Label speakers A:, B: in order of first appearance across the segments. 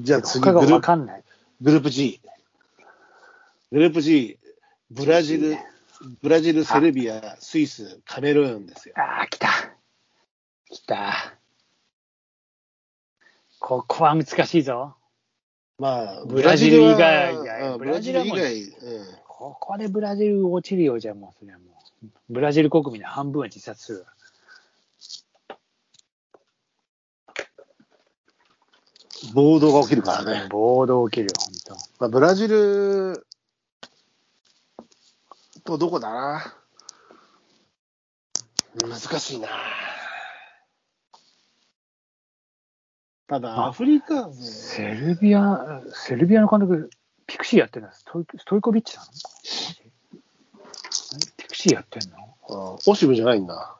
A: じゃあ次
B: 他
A: グ
B: が
A: ル
B: わ
A: ープ、
B: かんない。
A: グループ G。グループ G、ブラジル、ブラジル、セルビア、スイス、カメルーンですよ。
B: ああ、来た。来た。ここは難しいぞ。
A: まあ、
B: ブラジル以外
A: ブラジルはうんんブラジル
B: う
A: 以
B: ブラ
A: 外、うん、
B: ここでブラジル落ちるよ、じゃあもう、それはもう。ブラジル国民の半分は自殺するわ。
A: 暴動が起きるからね。
B: 暴動起きるよ、本
A: まあ、ブラジルとどこだな難しいなただ、
B: あ
A: アフリカ
B: 当。
A: 勢、
B: セルビア、セルビアの監督、ピクシーやってるのストイストイコビッチなのピクシーやってんの
A: うんオシムじゃないんだ。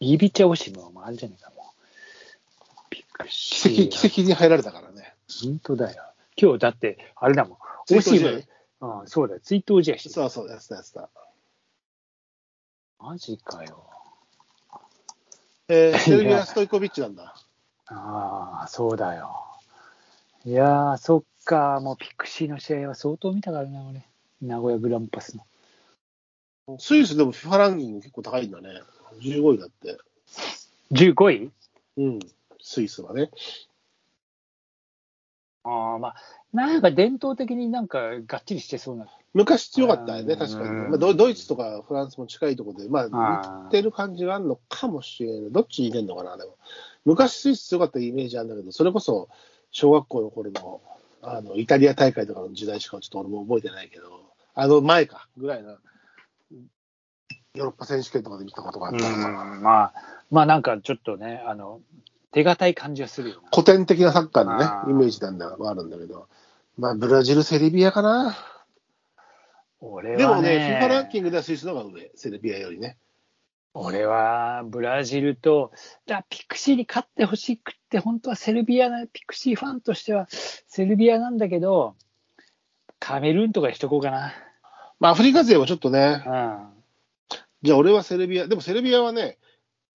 B: イービッチャオシムはもうあれじゃねえか、もう。ピクシ
A: 奇
B: ー
A: 跡、奇跡に入られたからね。
B: 本当だよ。今日だって、あれだもん。オシ
A: 追
B: ム
A: 悼。
B: うん、そうだよ。追悼試合して
A: そうそう、やってた、やってた。
B: た。マジかよ。
A: えー、セルビ
B: い
A: ア・
B: や
A: ストイコビッチなん だ。
B: ああ、そうだよ。いやー、そっか。もうピクシーの試合は相当見たからな、俺。名古屋グランパスの。
A: スイスでも FIFA ランキング結構高いんだね。15位だって。
B: 15位
A: うん、スイスはね。
B: ああ、まあ、なんか伝統的になんかがっちりしてそうな。
A: 昔強かったよね、
B: うん
A: 確かに。
B: うん
A: まあ、ドドイツとかフランスも近いところで、まあ、
B: あー
A: 似てる感じがあるのかもしれない。どっち似てんのかな、でも。昔スイス強かったイメージあるんだけど、それこそ小学校の頃のあのイタリア大会とかの時代しかちょっと俺も覚えてないけど、あの前か、ぐらいな。ヨーロッパ選手権とかで見たことがあったのかな。
B: まあ、まあなんかちょっとね、あの、手堅い感じはするよな。
A: 古典的なサッカーのね
B: あ、ー
A: イメージなんだはあるんだけど、まあ、ブラジル、セルビアかな。
B: 俺
A: で
B: は
A: も
B: ね、
A: ね、FIFA ランキングではスイスの方が上、セルビアよりね。
B: 俺はブラジルと、だピクシーに勝ってほしくって、本当はセルビアな、ピクシーファンとしてはセルビアなんだけど、カメルーンとかにしとこうかな。
A: まあ、アフリカ勢はちょっとね、
B: うん。
A: じゃあ俺はセルビア、でもセルビアはね、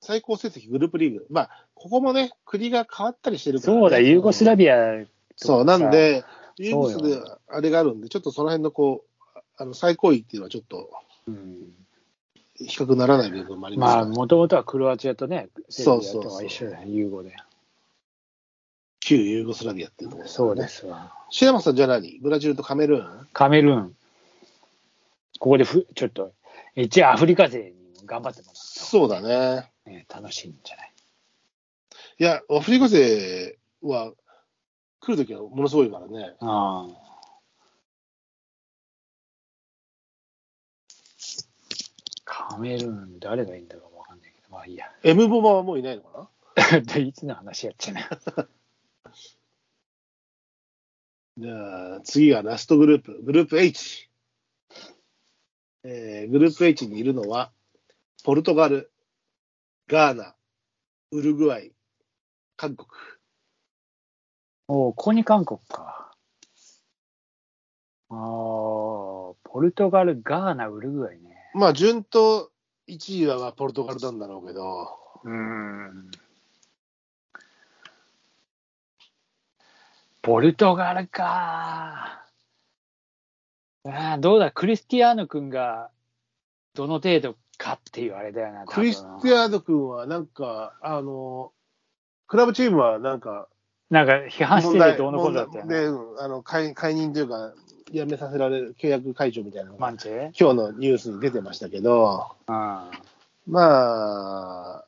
A: 最高成績グループリーグ、まあ、ここもね、国が変わったりしてるから、ね、
B: そうだ、ユーゴスラ
A: ビ
B: ビア、
A: そう、なんで、ユーゴス
B: そう
A: で
B: よ
A: あれがあるんで、ちょっとその辺のこう、あの最高位っていうのはちょっと
B: うん
A: 比較ならない部分もありますか
B: ま
A: ら、
B: あ、もともとはクロアチアとね、セルビアとは一緒だよ、ユーゴで。
A: 旧ユーゴスラビアっていうところ、
B: そうで。すわ。
A: シェマさんじゃ何ブラジルとカメルーン
B: カメルーン、ここでふちょっと、一応アフリカ勢に頑張ってもら
A: そうだね。
B: う、ね、楽しいんじゃない
A: いや、アフリカ勢は来るときはものすごいからね。
B: ああ。カメルーン、誰がいいんだろうわかんないけど、まあい いや。
A: エムボマはもういないのかな
B: でいつの話やっちゃな。
A: じゃあ、次はラストグループ、グループ H。えー、グループ H にいるのは、ポルトガル、ガーナ、ウルグアイ、韓国。
B: おお、ここに韓国か。ああ、ポルトガル、ガーナ、ウルグアイね。
A: まあ、順当1位はまあポルトガルなんだろうけど、
B: うん。ポルトガルか。ああどうだ、クリスティアーノ君がどの程度かっていうあれだよな。多分
A: クリスティアード君はなんか、あの、クラブチームはなんか、
B: なんか批判しててどうのこうのだったよ
A: 問
B: ね。
A: 題でうんあの解解任というか、辞めさせられる契約解除みたいなの
B: マ
A: が、
B: ンチェ
A: 今日のニュースに出てましたけど、
B: うん。
A: まあ、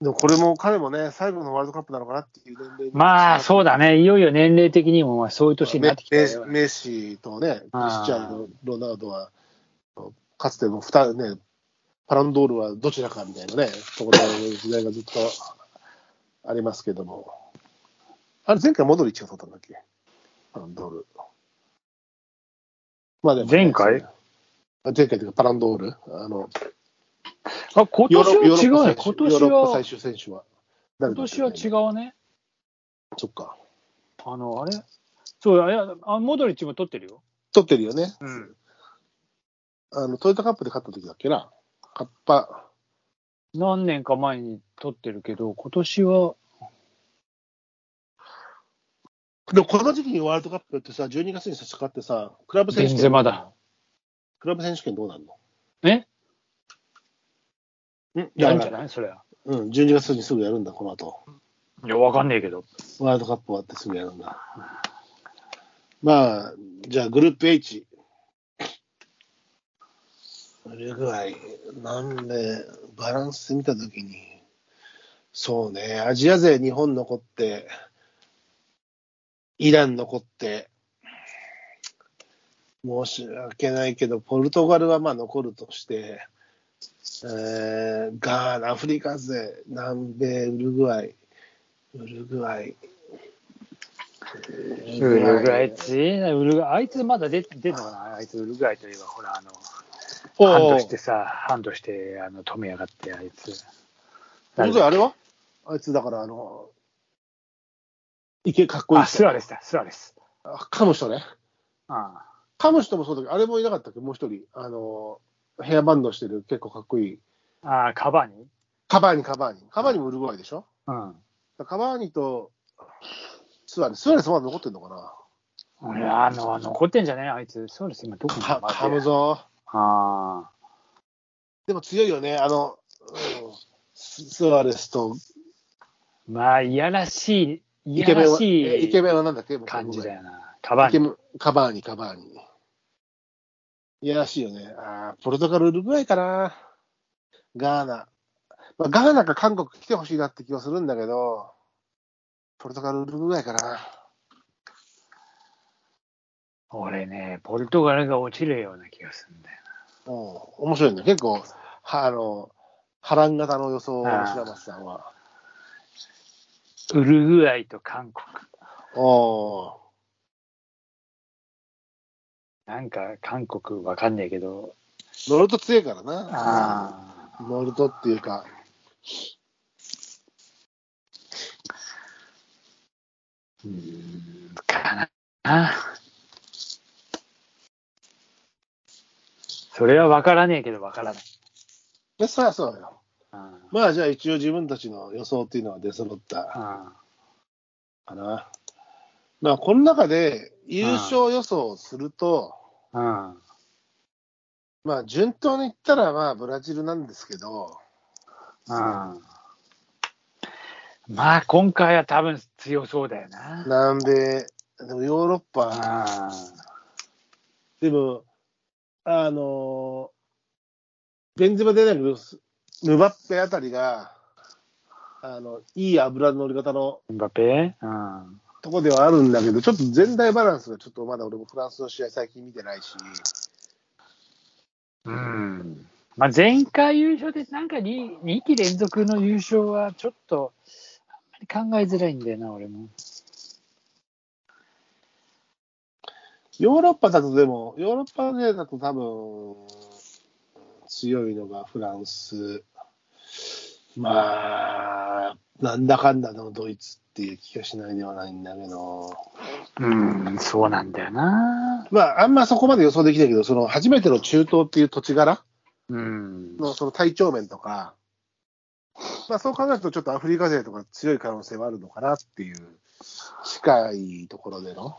A: でもこれも彼もね、最後のワールドカップなのかなっていう年齢に
B: まあ、そうだね。いよいよ年齢的にもまあそういう年になってきた
A: メ
B: よ
A: メ。メッシとね、ク
B: あー
A: リスチャンのロナウドは、かつての二人ね、パランドールはどちらかみたいなね、そこら辺の時代がずっとありますけども。あれ、前回モドリッチが取ったんだっけパランドール。まあでもね
B: 前回
A: 前回というか、パランドール。あの、
B: あ、今
A: ヨー
B: 年
A: ロ
B: は違うね。
A: ッパ最
B: 今
A: 終ヨーロ
B: 年
A: ッパ
B: は
A: 最、終選手は。
B: 今年は
A: う。
B: 違うね。
A: そっか。
B: あの、あれそうだいやあ、モドリッチも取ってるよ。
A: 取ってるよね。
B: うん。
A: あの、トヨタカップで勝った時だっけな。カッパ。
B: 何年か前に撮ってるけど、今年は、
A: でもこの時期にワールドカップってさ、12月に差し掛かってさ、クラブ選手
B: ベンゼマだ。
A: クラブ選手権どうなんの
B: ね
A: ん
B: やる
A: だ
B: んじゃ
A: から
B: ないそれは。
A: うん、12月にすぐやるんだ、この後。
B: いや、わかんねえけど。
A: ワールドカップ終わってすぐやるんだ。まあ、じゃあグループ H。ウルグアイ、南米、バランス見たときに、そうね、アジア勢日本残って、イラン残って、申し訳ないけど、ポルトガルはまあ残るとして、えーガーナ、アフリカ勢、南米、ウルグアイ、ウルグアイ。ウ
B: ウルグアイ強いな、ウルグアイ。あいつまだ出出んのかなあいつウルグアイといえば、ほら、あの、ハンドしてさ、ハンドして、あの、止めやがって、あいつ。
A: ウルグアイあれはあいつだから、あの、いけかっこいい
B: あ、
A: 人
B: スアレスだ、スアレス。
A: あかの人ね。
B: あ
A: かの人もそうだけど、あれもいなかったっけ、もう一人。あの、ヘアバンドしてる、結構かっこいい。
B: あああ、カバーニ
A: カバーニ、カバーニ。カバーニもウルグアイでしょ
B: う。
A: カバーニとスアレス。スアレスまだ残ってんのかなん
B: いや、あの、残ってんじゃねえあいつ。スアレス今どこに
A: か
B: 待って
A: 噛むぞ。
B: あ
A: でも強いよね。あの、うんススアレスと
B: あ。まあ、いやらしい、い
A: イ
B: や
A: ケメン
B: ら
A: は、え
B: し
A: イケ
B: い
A: メンはなんだっけ
B: 感じだよな。カ
A: カバ
B: バ
A: ー
B: ーニ。
A: ニ。カバーニ、カバーニ。いやらしいよね。あーポルトガル、ウルグアイかな。ガーナ。まあ、ガーナか韓国来てほしいなって気はするんだけど、ポルトガル、ウルグアイかな。
B: 俺ね、ポルトガルが落ちるような気がするんだよ
A: うん、面白いね。結構、はあの、波乱型の予想を
B: あー
A: 白松さんは。
B: な。ウルグアイと韓国。
A: おー
B: なんか、韓国わかんねえけど。
A: 乗ると強いからな。
B: ああ。
A: 乗るとっていうか、
B: うーん、かな。それはわからねえけど、わからない。
A: でさあそうよ。
B: あ
A: まあじゃあ一応自分たちの予想っていうのは出揃った
B: あ
A: かな。まあこの中で優勝予想をすると、
B: うん。うん
A: まあ順当にいったらまあブラジルなんですけど、
B: うんまあ今回は多分強そうだよな。
A: 南米、でもヨーロッパ、
B: あ
A: でも、あのーベンゼマ出ないけど、ムバッペあたりが、あの、いい油の乗り方の
B: エムバペ、うん、
A: とこではあるんだけど、ちょっと全体バランスがちょっとまだ俺もフランスの試合最近見てないし、
B: うん。まあ前回優勝でなんか 2, 2期連続の優勝はちょっとあんまり考えづらいんだよな、俺も。
A: ヨーロッパだとでも、ヨーロッパ勢だと多分、強いのがフランス、まあ、なんだかんだのドイツっていう気がしないではないんだけど、
B: うん、そうなんだよな。
A: まあ、あんまそこまで予想できないけど、その初めての中東っていう土地柄
B: うん。
A: のその体調面とか、まあ、そう考えると、ちょっとアフリカ勢とか強い可能性はあるのかなっていう、近いところでの。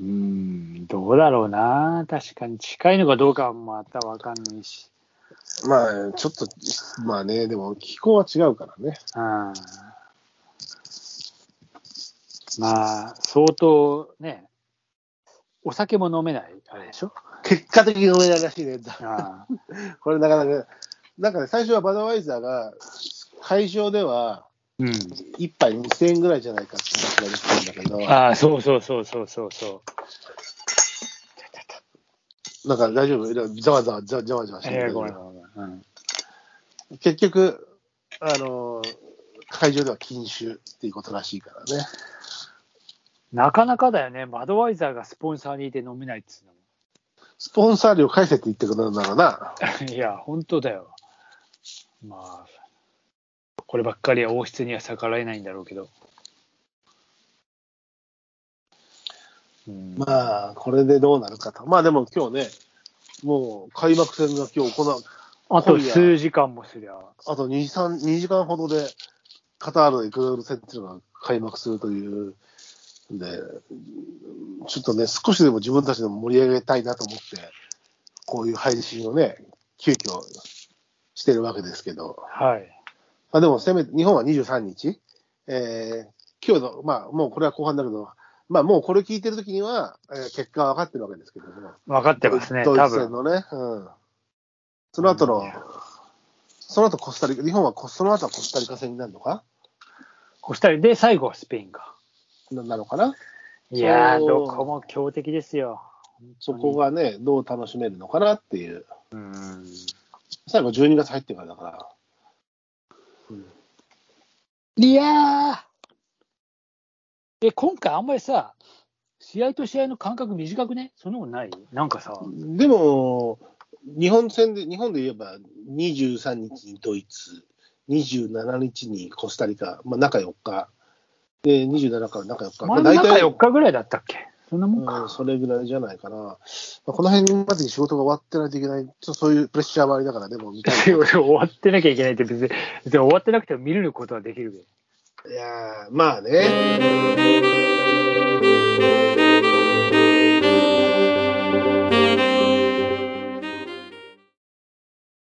B: うん、どうだろうな。確かに近いのかどうかはまたわかんないし。
A: まあ、ちょっと、まあね、でも気候は違うからね。
B: うんまあ、相当ね、お酒も飲めない、あれでしょ。
A: 結果的に飲めないらしいね。
B: あ
A: これなかなか、なんかね、最初はバドワイザーが、会場では
B: うん、
A: 1杯2000円ぐらいじゃないかって話が出てたんだけど、
B: ああ、そうそうそうそうそうそ
A: なんか大丈夫ざわざわざわざわざわ
B: う。
A: してる
B: え
A: け
B: ー、ご
A: ど
B: めんごめんごめん。うん
A: 結局、あのー会場では禁酒っていうことらしいからね。
B: なかなかだよね、バドワイザーがスポンサーにいて飲めないっつうの
A: スポンサー料返せって言ってくるんだろうな。
B: も。い や、本当だよ。まあ、こればっかりは王室には逆らえないんだろうけど。うん
A: まあ、これでどうなるかと。まあでも今日ね、もう開幕戦が今日行わ
B: あと数時間もすりゃ。
A: あと2、三2時間ほどで、カタールのエクアドル戦っていうのが開幕するという、で、ちょっとね、少しでも自分たちでも盛り上げたいなと思って、こういう配信をね、急遽してるわけですけど、
B: はい。
A: まあ、でもせめて、日本は23日、えー今日の、まあ、もうこれは後半だけど、まあ、もうこれ聞いてるときには、えー結果は分かってるわけですけども、
B: 分かってますね、
A: ド
B: 多
A: イツ戦
B: 分。
A: のね、うん。その後の、その後コスタリカ、日本はコその後はコスタリカ戦になるのか
B: コスタリカで、最後はスペインが。
A: ななのかない
B: やー、
A: そう
B: どこも強敵ですよ。
A: そこがね、どう楽しめるのかなっていう。
B: うん。
A: 最後12月入ってからだから。
B: いやー。え、今回あんまりさ、試合と試合の間隔短くねそんなことないなんかさ、
A: でも、日本戦で、日本で言えば23日にドイツ、27日にコスタリカ、まあ、中4日、で27から中4日、ま
B: 真
A: あ、
B: ん中
A: 大体
B: 4日ぐらいだったっけそんなもん
A: うん、
B: か。
A: それぐらいじゃないかな、まあ、この辺までに仕事が終わってないといけない、ちょっとそういうプレッシャーもありながら、でも見たい、
B: 俺終わってなきゃいけないって別に、別に終わってなくても見れることはできるけど。
A: いやーまあね。